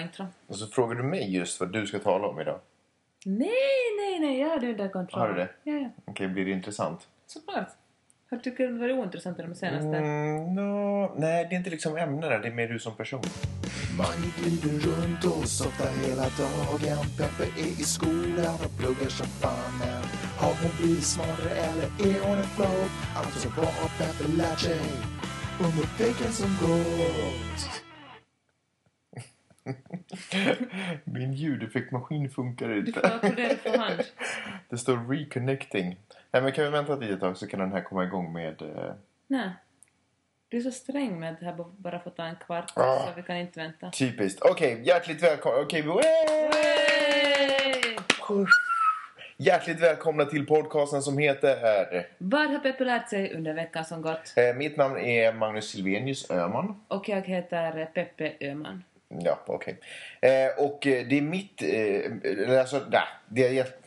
intro. Och så frågar du mig just vad du ska tala om idag. Nej, nej, nej, jag hade under kontroll. Har du det? Ja, ja. Okej, blir det intressant? Såklart. Har du tyckt det var ointressant i de senaste? Mm, nå, nej, det är inte liksom ämnena. Det är mer du som person. Man glider runt och softar hela dagen. Peppe är i skolan och pluggar som fanen. Har hon blivit smartare eller är hon en flop? Alltså vad har Peppe lärt sig under veckan som gått? Min ljudeffektmaskin funkar Du inte. får vara på för hand. Det står reconnecting. Nej, men kan vi vänta ett litet tag så kan den här komma igång med... Eh, Nej. Du är så sträng med att det här bara- bara får ta en kvart Ah. så vi kan inte vänta. typiskt. Okej, hjärtligt välkomna... Okej, okay, Yay! Hjärtligt välkomna till podcasten som heter... Vad har Peppe lärt sig under veckan som gått? Eh, mitt namn är Magnus Silvenius Öman. Och jag heter Peppe Öman. Ja, okej. Eh, och eh, det är mitt... Eh, eller alltså, nej, det är... jätt-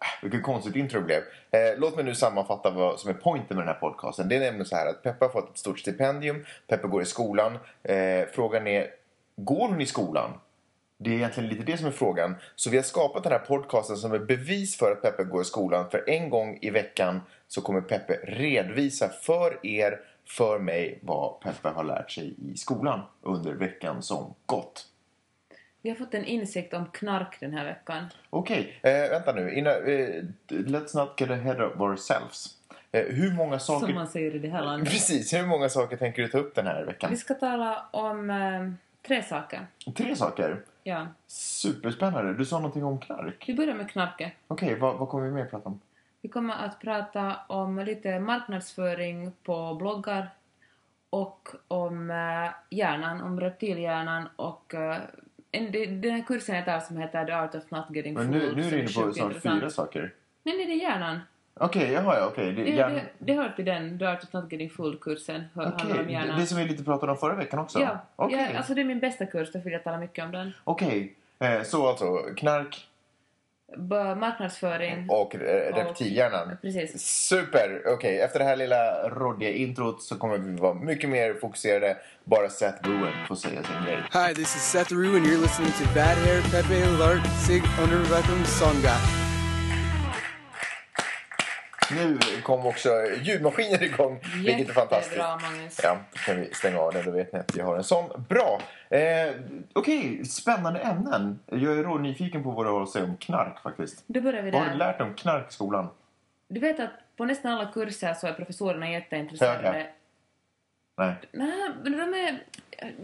Ah, Vilket konstigt intro det blev. Eh, låt mig nu sammanfatta vad som är pointen med den här podcasten. Det är nämligen så här att Peppa har fått ett stort stipendium. Peppa går i skolan. Eh, frågan är, går hon i skolan? Det är egentligen lite det som är frågan. Så vi har skapat den här podcasten som ett bevis för att Peppe går i skolan. För en gång i veckan så kommer Peppe redovisa för er, för mig, vad Peppe har lärt sig i skolan under veckan som gått. Vi har fått en insikt om knark den här veckan. Okej, eh, vänta nu. Innan, eh, let's not get ahead of ourselves. Eh, hur många saker... Som man säger i det här landet. Precis, hur många saker tänker du ta upp den här veckan? Vi ska tala om eh, tre saker. Tre saker. Ja. Superspännande. Du sa någonting om knark. Vi börjar med knarket. Okej, vad, vad kommer vi mer att prata om? Vi kommer att prata om lite marknadsföring på bloggar och om eh, hjärnan, om reptilhjärnan och eh, en, det- den här kursen jag tar som heter The Art of Not Getting Men Fooled. nu, nu är som du inne på sjukt snart intressant. fyra saker. Nej, nej, det är hjärnan. Okej, jaha ja, okej. Det, Det, hjärn... det, det hör till den, The Art of Not Getting Fooled-kursen. Hör okej, handlar om det, hjärnan. det som vi lite pratade om förra veckan också? ja, Okej, ja, alltså det är min bästa kurs, därför vill jag tala mycket om den. okej. Eh, så alltså, knark B- marknadsföring. och eh, Och- reptilhjärnan. Precis. Super! Okej, efter det här lilla råddiga introt så kommer vi vara mycket mer fokuserade. Bara Seth Bruin får säga sin grej. Hi, this is Seth Rue, and you're listening to Bad Hair Pepe Lark Sig Undervatum Sangha. Nu kom också ljudmaskinen igång, vilket är fantastiskt. Jättebra, Magnus. Ja, då kan vi stänga av den, då vet ni att vi har en sån. Bra! Eh, Okej, spännande ämnen. Jag är nyfiken på vad du har att säga om knark faktiskt. Då börjar vi Vad har du där. lärt dig om knark i skolan? Du vet att på nästan alla kurser så är professorerna jätteintresserade. Höga. Nej, Nej, men de är...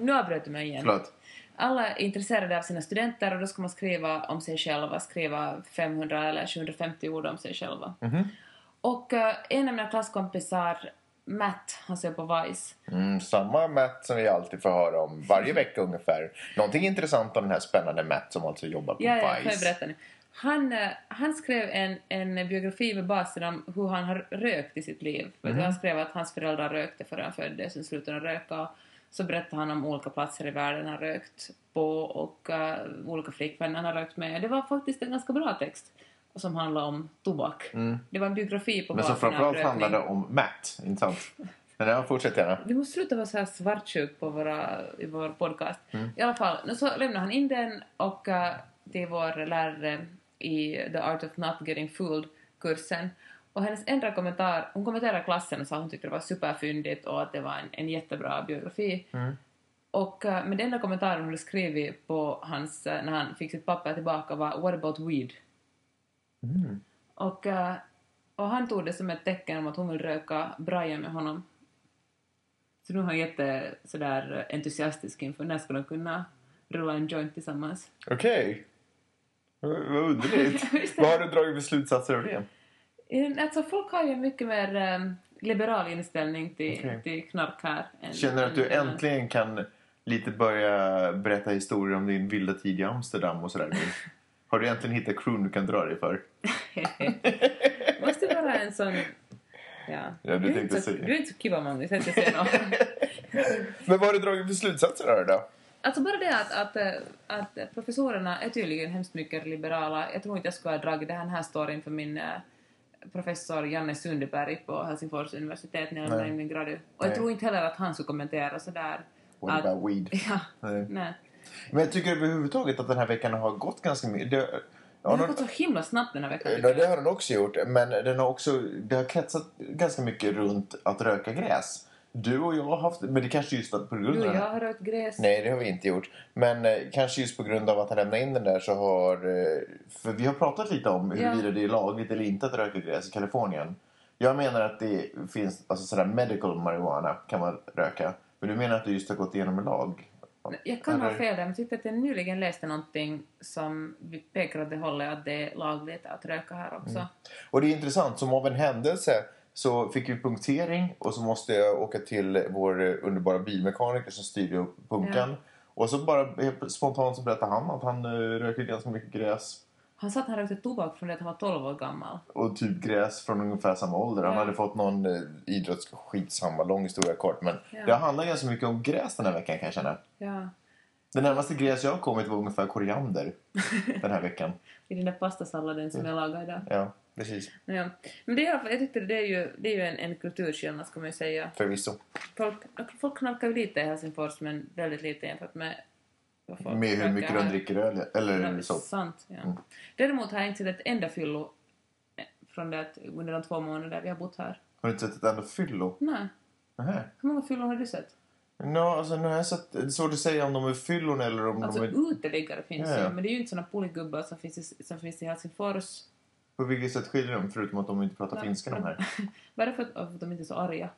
Nu avbröt du mig igen. förlåt. Alla är intresserade av sina studenter och då ska man skriva om sig själva, skriva 500 eller 750 ord om sig själva. Och eh, en av mina klasskompisar, Matt, han ser på Vice. Mm, samma Matt som vi alltid får höra om Mm. varje vecka ungefär. Någonting intressant om den här spännande Matt som alltså jobbar på Ja, ja, får jag Vice. berätta nu. Han, eh, han skrev en, en biografi med basen om hur han har rökt i sitt liv. Vet Mhm. du, Han skrev att hans föräldrar rökte före han föddes, sen slutade han röka. Så berättade han om olika platser i världen han rökt på och eh, olika flickvänner han har rökt med. Det var faktiskt en ganska bra text som handlade om tobak. Det var en biografi på Mm. Men som basen av framförallt handlar rökning. det om Matt, inte sant? Men ja, fortsätt gärna. Vi måste sluta vara så här svartsjuk på våra, i vår podcast. I alla fall, nu så lämnade han in den och eh, det är vår lärare i The Art of Not Getting Fooled-kursen. Och hennes enda kommentar, hon kommenterade klassen och sa att hon tyckte det var superfyndigt och att det var en, en jättebra biografi. Och, eh, men den enda kommentaren hon hade skrivit på hans, eh, när han fick sitt papper tillbaka var “What about weed?” Mm, och, eh, och han tog det som ett tecken om att hon vill röka braja med honom. Så nu är han jätte sådär entusiastisk inför när ska de kunna rulla en joint tillsammans. Okej. Vad vad underligt. Visst är Vad har du dragit för slutsatser av det? Eh, Alltså folk har ju en mycket mer eh, liberal inställning till, Okej. till knark här. Än, Känner du att du än- äntligen kan lite börja berätta historier om din vilda tid i Amsterdam och sådär nu? Har du äntligen hittat crewn du kan dra dig för? Måste vara en sån... Ja. Ja, du är tänkte inte så, säga. du är inte så kiva Magnus, jag ska säga något. Men vad har du dragit för slutsatser av det då? Alltså bara det att, att, eh, att professorerna är tydligen hemskt mycket liberala. Jag tror inte jag skulle ha dragit den här storyn för min eh, professor Janne Sundberg på Helsingfors universitet när jag lämnade in min gradu. Och jag Nej. tror inte heller att han skulle kommentera sådär. What att, about weed? Ja, Nej. nej. Men jag tycker överhuvudtaget att den här veckan har gått ganska mycket. Det, ja, Det har någon- gått så himla snabbt den här veckan. tycker Ja, jag. det har den också gjort. Men den har också, det har kretsat ganska mycket runt att röka gräs. Du och jag har haft, men det kanske just på grund Du av och den jag här- har rökt gräs. Nej, det har vi inte gjort. Men eh, kanske just på grund av att han lämnade in den där så har... Eh, för vi har pratat lite om huruvida det är lagligt eller inte att röka gräs i Kalifornien. Jag menar att det finns, alltså sådär medical marijuana kan man röka. Men du menar att du just har gått igenom en lag? Jag kan ha Eller- fel där, men jag tyckte att jag nyligen läste någonting som pekar åt det hållet att det är lagligt att röka här också. Mm. Och det är intressant, som av en händelse så fick vi punktering och så måste jag åka till vår eh, underbara bilmekaniker som styrde upp punkan. Och så bara eh, spontant så berättade han att han eh, röker ganska mycket gräs Han sa att han rökte tobak från det att han var 12 år gammal. och typ gräs från ungefär samma ålder. Han Ja. hade fått någon eh, idrotts... Skitsamma, lång historia kort. Men Ja. det handlar ganska mycket om gräs den här veckan kan jag känna. Ja. Det närmaste gräs jag har kommit var ungefär koriander den här veckan. I den där pastasalladen Mm. som jag lagade idag. Ja, precis. Ja. Men det är, i alla fall- jag tyckte det är ju, det är ju en, en kulturskillnad ska man ju säga. Förvisso. Folk, folk knarkar ju lite i Helsingfors men väldigt lite jämfört med vad folk Med hur knarkar mycket de här. dricker öl eller Ja, så. Sant, ja. Mm. Däremot har jag inte sett ett enda fyllo eh, från det att, under de två månader vi har bott här. Har du inte sett ett enda fyllo? Nej. Nähä. Hur många fyllon har du sett? Nå, alltså, nu har jag sett, det är svårt att säga om de är fyllon eller om Alltså de är... uteliggare finns Ja, ju, ja. men det är ju inte såna polygubbar som finns i, som finns i Helsingfors. På vilket sätt skiljer de förutom att de inte pratar Nej. finska de här? Bara för att, för att de inte är så arga.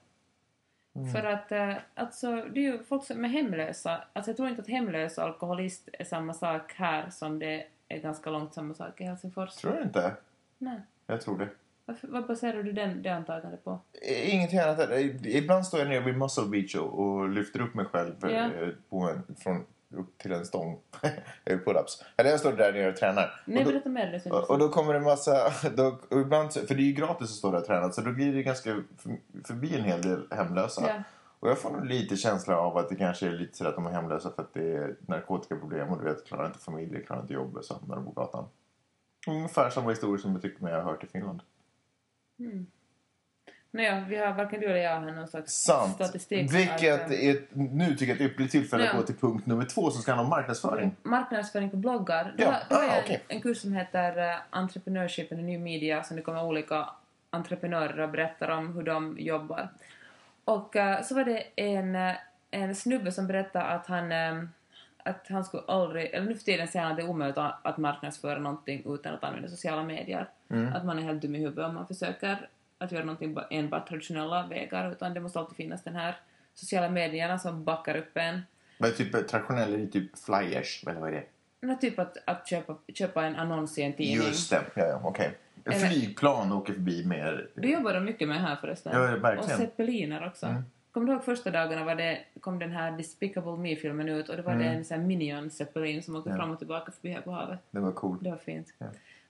Mm. För att eh, alltså, det är ju folk som är hemlösa. Alltså, jag tror inte att hemlös och alkoholist är samma sak här som det är ganska långt samma sak i Helsingfors. Tror du inte? Nej. Jag tror det. Varför, vad baserar du den, det antagandet på? I- Ingenting annat. än- eh, i- Ibland står jag nere vid Muscle Beach och, och lyfter upp mig själv Ja. eh, på en, från, upp till en stång. Jag gör pull-ups. Eller jag står där nere och tränar. Nej, och, då, berätta mer. Det är så och- och då kommer det en massa... Då, och ibland, så- för det är ju gratis att stå där och träna så då glider det ganska för- förbi en hel del hemlösa. Ja. Och jag får nog lite känsla av att det kanske är lite så att de är hemlösa för att det är narkotikaproblem och du vet, klarar inte familj, klarar inte jobb och så hamnar de på gatan. Ungefär samma historia som jag tycker mig ha hört i Finland. Nåja, vi har varken du eller jag har någon slags Sant! statistik. Vilket Att, eh, är, ett- nu tycker jag är ett ypperligt tillfälle att Ja. gå till punkt nummer två som ska handla om marknadsföring. marknadsföring på bloggar. Ja, Då, då ah, är en, okej. en kurs som heter eh, Entrepreneurship and New Media som det kommer olika entreprenörer och berättar om hur de jobbar. Och eh, så var det en, eh, en snubbe som berättade att han, eh, att han skulle aldrig, eller nu för tiden säger han att det är omöjligt att att marknadsföra någonting utan att använda sociala medier. Mm. Att man är helt dum i huvudet om man försöker att göra någonting ba- enbart traditionella vägar utan det måste alltid finnas den här sociala medierna som backar upp en. Men typ eh, traditionell är det typ flyers, eller vad är det? Men typ att, att köpa, köpa en annons i en tidning. Just det, ja, ja, okej. Eller- Flygplan åker förbi med... Det jobbar de mycket med här förresten. Ja, ja, verkligen. Mm. och zeppeliner också. Kommer du ihåg första dagarna var det, kom den här Despicable Me-filmen ut och det var det Mm. en sån här minion-zeppelin som åkte fram och tillbaka förbi här på havet. Det var coolt. Det var fint.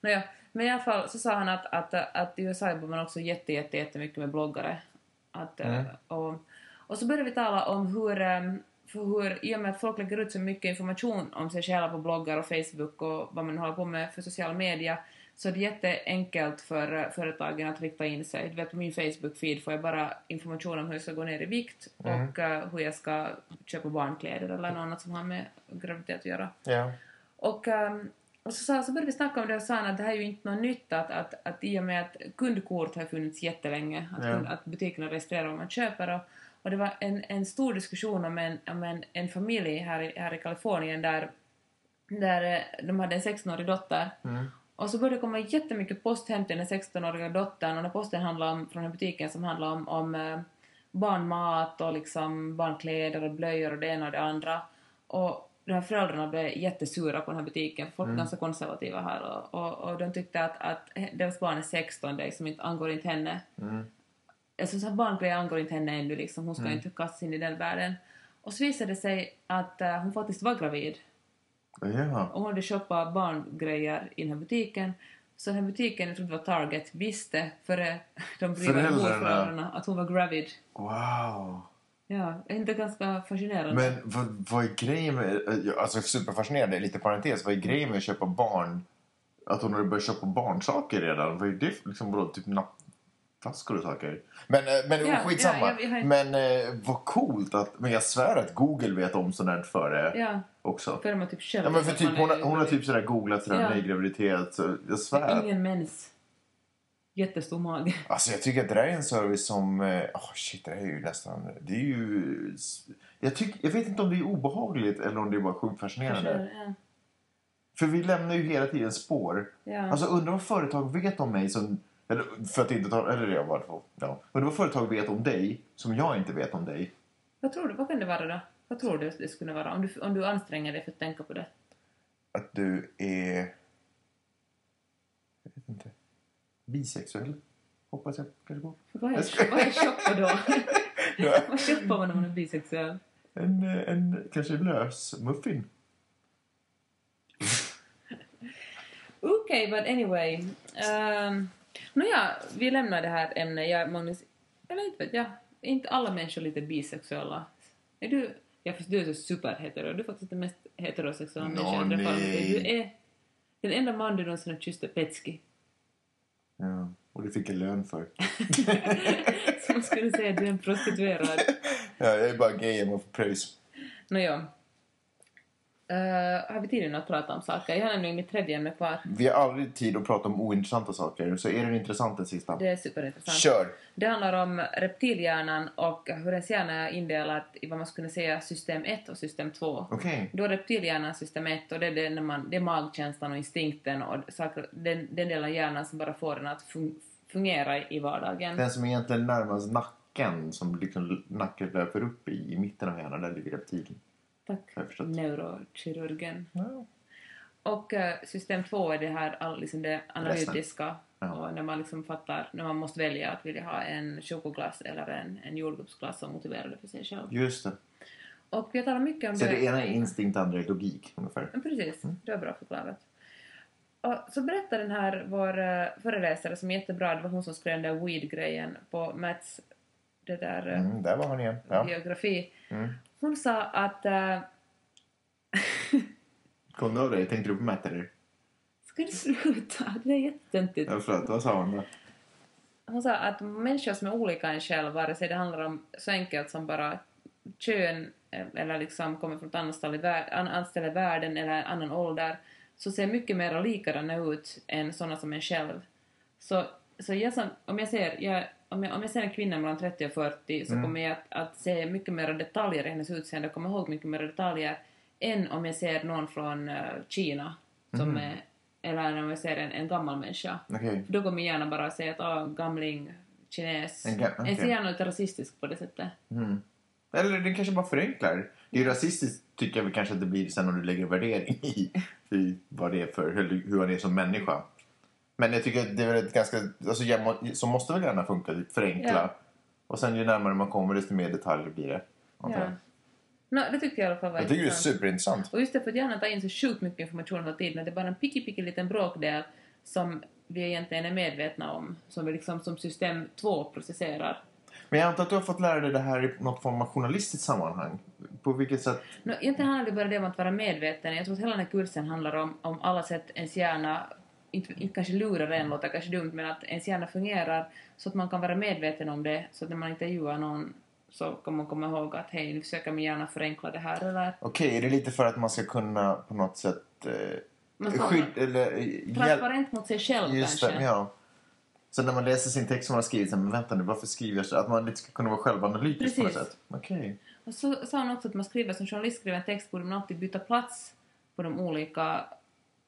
Nåja, men i alla fall så sa han att, att, att i USA jobbar man också jätte, jätte, jättemycket med bloggare. Att, eh, och, och så började vi tala om hur, eh, för hur, i och med att folk lägger ut så mycket information om sig själva på bloggar och Facebook och vad man håller på med för sociala medier, så det är jätteenkelt för eh, företagen att rikta in sig. Du vet, på min Facebook-feed får jag bara information om hur jag ska gå ner i vikt och eh, hur jag ska köpa barnkläder eller något annat som har med graviditet att göra. Ja. Och, ehm, och så, sa, så började vi snacka om det och sa han att det här är ju inte något nytt att, att, att i och med att kundkort har funnits jättelänge, att, Ja. kund, att butikerna registrerar vad man köper och, och det var en, en stor diskussion om en, om en, en familj här, i- här i Kalifornien där, där eh, de hade en 16-årig dotter Mm, och så började det komma jättemycket post hem till den 16-åriga dottern och när posten handlade om, från den här butiken som handlade om, om eh, barnmat och liksom barnkläder och blöjor och det ena och det andra. Och de här föräldrarna blev jättesura på den här butiken, för folk är ganska konservativa här och, och, och de tyckte att, att deras barn är 16, det liksom inte, angår inte henne. mm. Alltså så här barnkläder angår inte henne ännu, liksom. hon ska inte kastas in i den världen. Och så visade det sig att eh, hon faktiskt var gravid Ja. och hon hade shoppat barngrejer i den här butiken. Så den här butiken, jag tror det var Target, visste före de blivande Föräldrarna. morföräldrarna att hon var gravid. Wow! Ja, är inte ganska fascinerande? Men vad, vad är grejen med... jag- Alltså superfascinerande, lite parentes. Vad är grejen med att köpa barn... Att hon har börjat köpa barnsaker redan? Vad är det för- liksom vadå, typ napp... flaskor och saker. Men, eh, men Ja, skitsamma. ja, jag- jag- Men eh, vad coolt att... Men jag svär att Google vet om sånt där före Ja, också. för man typ känner Ja, men för att typ, man hon, har- är- hon har typ sådär googlat sådär Ja. nygraviditet. Så jag svär. att- Ingen mens. Jättestor mage. Alltså jag tycker att det där är en service som... eh, ah shit, det här är ju nästan... Det är ju... Jag, tyck, jag vet inte om det är obehagligt eller om det är bara sjukt fascinerande. Kanske, ja. För vi lämnar ju hela tiden spår. Ja. Alltså undrar vad företag vet om mig som... Eller för att inte ta... Eller jag bara... Ja. Undrar vad företag vet om dig som jag inte vet om dig. Vad tror du? Vad kan det vara då? Vad tror du det skulle vara om du, om du anstränger dig för att tänka på det? Att du är... Jag vet inte. Bisexuell? Hoppas jag kanske på. Vad är, vad är shoppa då? vad shoppar man om man är bisexuell? En, eh, en kanske lös muffin. Okej, but anyway. Um, Nåja, vi lämnar det här ämnet. Jag, Magnus, eller inte vet jag. Är inte alla människor lite bisexuella? Är du... Ja, fast du är så superhetero. Du är faktiskt den mest heterosexuella Nå, människan jag träffat. nej. Du är den enda man du någonsin har kysst är Petski. Ja. Och det fick jag lön för. Som skulle säga att du är en prostituerad. Ja, jag är bara gay, jag får pröjs. Nåja. Eh, har vi tid nu att prata om saker? Jag har nämligen mitt tredje ämne kvar. Vi har aldrig tid att prata om ointressanta saker, så är den intressant den sista? Det är superintressant. Kör! Det handlar om reptilhjärnan och hur ens hjärna är indelad i vad man skulle säga system 1 och system 2. Okej. Då är reptilhjärnan system 1 och det är, det, när man, det är magkänslan och instinkten och saker, den, den delen av hjärnan som bara får den att fun- fungera i vardagen. Den som egentligen närmast nacken, som liksom nacken löper upp i, i mitten av hjärnan, där ligger reptilen. Tack. Har jag förstått. Neurokirurgen. Ja. Och eh, system 2 är det här all, liksom det analytiska. Ja. Och när man liksom fattar, när man måste välja att vill jag ha en chokoglass eller en, en jordgubbsglass och motivera det för sig själv. Just det. Och vi talar mycket om Så det ena är instinkt, det andra är logik, ungefär. Ja, precis. Mm. Det var bra förklarat. Och så berättar den här vår eh, föreläsare som är jättebra, det var hon som skrev den där weed-grejen på Mats det där eh, Mm, där var han igen. Ja. biografi. Mm. Hon sa att eh, Kom du av dig? Tänkte du på Matt eller? Ska du sluta? Det är jättetöntigt. Ja, förlåt, vad sa hon då? Hon sa att människor som är olika än själv, vare sig det handlar om så enkelt som bara kön eh, eller liksom kommer från ett annat ställe i vär- an- annat ställe i världen eller en annan ålder, så ser mycket mer likadana ut än sådana som en själv. Så, så jag som, om, jag ser, jag, om, jag, om jag ser en kvinna mellan 30 och 40 så kommer jag att, att se mycket mer detaljer i hennes utseende och komma ihåg mycket mer detaljer än om jag ser någon från eh, Kina, som är, eller om jag ser en, en gammal människa. Okej. För då kommer hjärnan bara att säga att ah, gamling, kines. En ga- okej. Ens hjärna är inte rasistisk på det sättet. Mm. Eller den kanske bara förenklar. Det är ju rasistiskt tycker jag väl kanske att det blir sen om du lägger värdering i, i vad det är för, hur, hur han är som människa. Men jag tycker att det är väl ett ganska, alltså jag må- så måste väl gärna funka, typ förenkla. Ja. Och sen ju närmare man kommer desto mer detaljer blir det. antar jag. Ja. Nå, det tyckte jag i alla fall var Jag tycker det är intressant. superintressant. Och just det, för att hjärnan tar in så sjukt mycket information hela tiden. att Det är bara en picky, picky liten bråkdel som vi egentligen är medvetna om. Som vi liksom som system 2 processerar. Men jag antar att du har fått lära dig det här i något form av journalistiskt sammanhang. På vilket sätt? Nå, egentligen handlar det bara det om att vara medveten. Jag tror att hela den här kursen handlar om, om alla sätt ens hjärna, inte, inte kanske lurar en, låter kanske dumt, men att ens hjärna fungerar så att man kan vara medveten om det, så att när man intervjuar någon så kan man komma ihåg att hej, nu försöker min hjärna förenkla det här, eller Okej, är det lite för att man ska kunna på något sätt eh, Man ska skydd, eller eh, hjälp... transparent mot sig själv Just kanske. det, ja. Så när man läser sin text som man har skrivit, så här, men vänta nu, varför skriver jag så? Att man lite ska kunna vara självanalytisk på något Precis. sätt. Okej. Och så sa han också att man skriver, som journalist skriver en text borde man alltid byta plats på de olika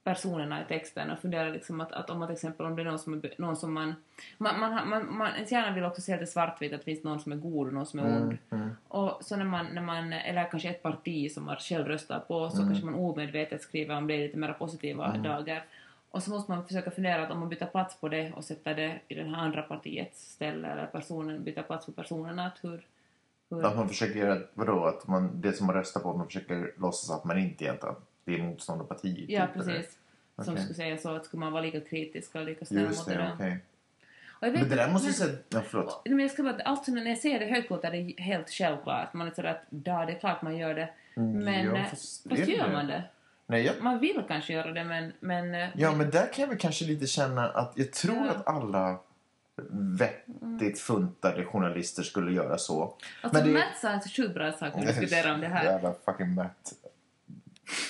personerna i texten och fundera liksom att, att om man till exempel om det är någon som, är, någon som man, man, man, har- man, man... Ens hjärna vill också se att det är svartvitt, att det finns någon som är god och någon som är Mm. ond. Och så när man, när man, eller kanske ett parti som man själv röstar på, så kanske man omedvetet skriver om det i lite mer positiva dagar. Och så måste man försöka fundera att om man byter plats på det och sätter det i det här andra partiets ställe eller personen, byter plats på personerna, att hur... hur mm. Att man försöker göra, vadå, att man, det som man röstar på, man försöker låtsas att man inte egentligen, det är motståndarparti. typ, Ja, eller? precis. Som Okej. skulle säga så att skulle man vara lika kritisk och lika snäll Just mot det det, där. okej. Och jag vet Men det inte- där måste ju men- säga... Ja, förlåt. Nej, Men jag ska bara, alltså när jag ser det högkort är det helt självklart. Man är sådär att ja, det är klart man gör det. Men ja, eh, fast fast, är det gör Mm, det? man det? Nej, jag, Man vill kanske göra det men... men eh, ja, men där kan jag väl kanske lite känna att jag tror Ja. att alla veck fattigt funtade journalister skulle göra så. Alltså det- Matt sa en så sjukt bra sak när vi diskuterade om det här. Jävla fucking Matt.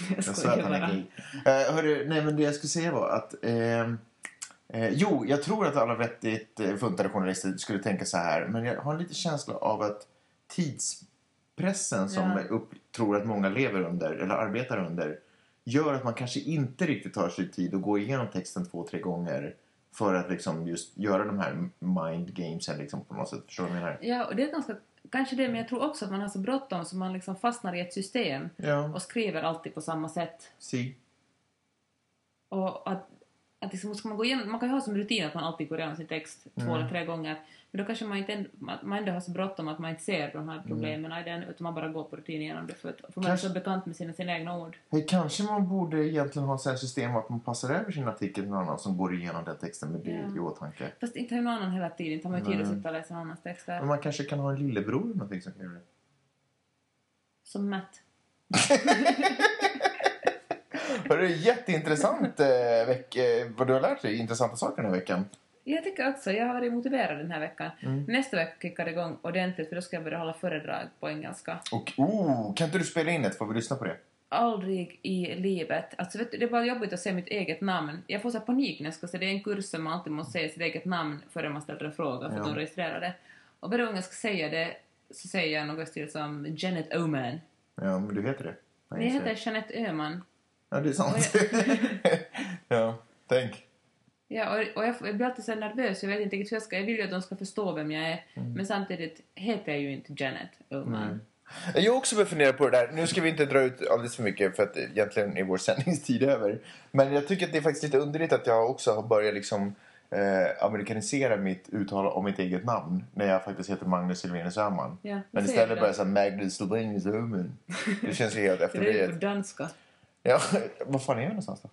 Jag Jag sa att skojar han är bara. gay. Eh, hörru, nej men det jag skulle säga var att... ehm, eh, jo, jag tror att alla vettigt eh, funtade journalister skulle tänka så här. Men jag har en liten känsla av att tidspressen som Ja. upp, tror att många lever under, eller arbetar under, gör att man kanske inte riktigt tar sig tid att gå igenom texten två, tre gånger för att liksom just göra de här mind gamesen liksom på något sätt. Förstår du vad jag menar? Ja, och det är ganska... Kanske det, men jag tror också att man har så bråttom så man liksom fastnar i ett system Ja. och skriver alltid på samma sätt. Si. Och att, att liksom, ska man, gå igenom, man kan ju ha som rutin att man alltid går igenom sin text Mm. två eller tre gånger. Men då kanske man inte änd- man- man ändå har så bråttom att man inte ser de här problemen i den, utan man bara går på rutin igenom det. För, att, för man är Mm. Kanske- så bekant med sina, sina egna ord. Eh, Kanske man borde egentligen ha ett sånt här system att man passar över sin artikel till någon annan som går igenom den texten med det Ja. i åtanke. Fast inte har ju någon annan hela tiden, inte har man ju tid att Nej. sitta och läsa någon annans Men texter. man kanske kan ha en lillebror eller någonting som kan göra det. Som Matt. Hörru, jätteintressant eh, veck, eh, vad du har lärt dig. Intressanta saker den här veckan. Jag tycker också, jag har varit motiverad den här veckan. Nästa vecka kickar det igång ordentligt för då ska jag börja hålla föredrag på engelska. Och oh, kan inte du spela in ett? Får vi lyssna på det? Aldrig i livet. Alltså vet du, det är bara jobbigt att se mitt eget namn. Jag får så här panik när jag ska se, det är en kurs som man alltid måste säga sitt eget namn före man ställer en fråga för att Ja. de registrerar det. Och varje gång jag ska säga det så säger jag något stil som Janet Oman. Ja, men du heter det. Jag Det inser heter Jeanette Öhman. Ja, det är sant. ja, tänk. Ja, och, och jag, jag blir alltid så här nervös, jag vet inte riktigt hur jag ska, jag vill ju att de ska förstå vem jag är. Mm. Men samtidigt heter jag ju inte Janet Oman. Jag har också börjat fundera på det där. Nu ska vi inte dra ut alldeles för mycket för att egentligen är vår sändningstid över. Men jag tycker att det är faktiskt lite underligt att jag också har börjat liksom eh, amerikanisera mitt uttal om mitt eget namn när jag faktiskt heter Magnus Silvinus Öhman. Ja, vad Men säger istället du börjar då? jag säga Magnus Silvinus Öhman. Det känns ju helt För det är ju på efterblivet. danska. Ja, vad fan är jag någonstans då?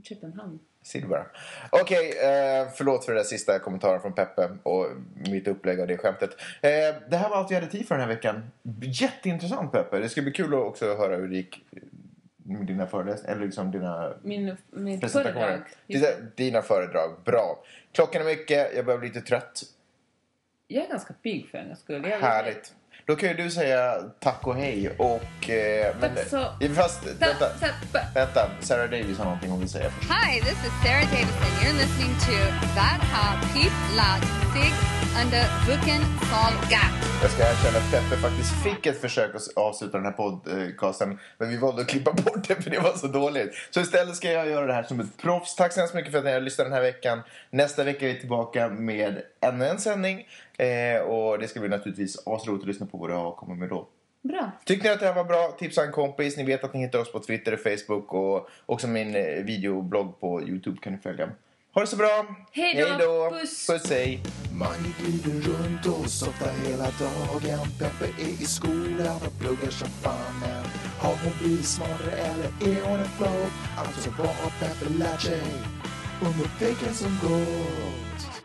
I Köpenhamn. Ser du bara. Okej, eh, förlåt för den där sista kommentaren från Peppe och mitt upplägg av det skämtet. Eh, det här var allt vi hade tid för den här veckan. Jätteintressant Peppe. Det ska bli kul att också höra hur det gick med dina föreläsningar, eller liksom dina Min, mitt föredrag. presentationer. Dina, dina föredrag, bra. Klockan är mycket, jag börjar bli lite trött. Jag är ganska pigg för en jag skulle. Jag Härligt. Då kan ju du säga tack och hej och... Eh, Tack så- Fast, vänta, Vänta. vänta. Sarah Davis har någonting hon vill säga först. Hi, this is Sarah Davison. You're listening to That Har Peep Lat Sig Under Vuken Solgat. Jag ska erkänna att Peppe faktiskt fick ett försök att avsluta den här podcasten men vi valde att klippa bort det för det var så dåligt. Så istället ska jag göra det här som ett proffs. Tack så hemskt mycket för att ni har lyssnat den här veckan. Nästa vecka är vi tillbaka med ännu en sändning eh, och det ska bli naturligtvis asroligt att lyssna på vad du har kommit med då. Bra. Tyckte ni att det här var bra, tipsa en kompis. Ni vet att ni hittar oss på Twitter och Facebook och också min eh, videoblogg på Youtube kan ni följa. Ha det så bra! Hej då. Puss. Puss! Puss hej! Man glider runt och softar hela dagen Peppe är i skolan och pluggar som fan men Har hon blivit smartare eller är hon en flow? Alltså vad har Peppe lärt sig under veckan som gått?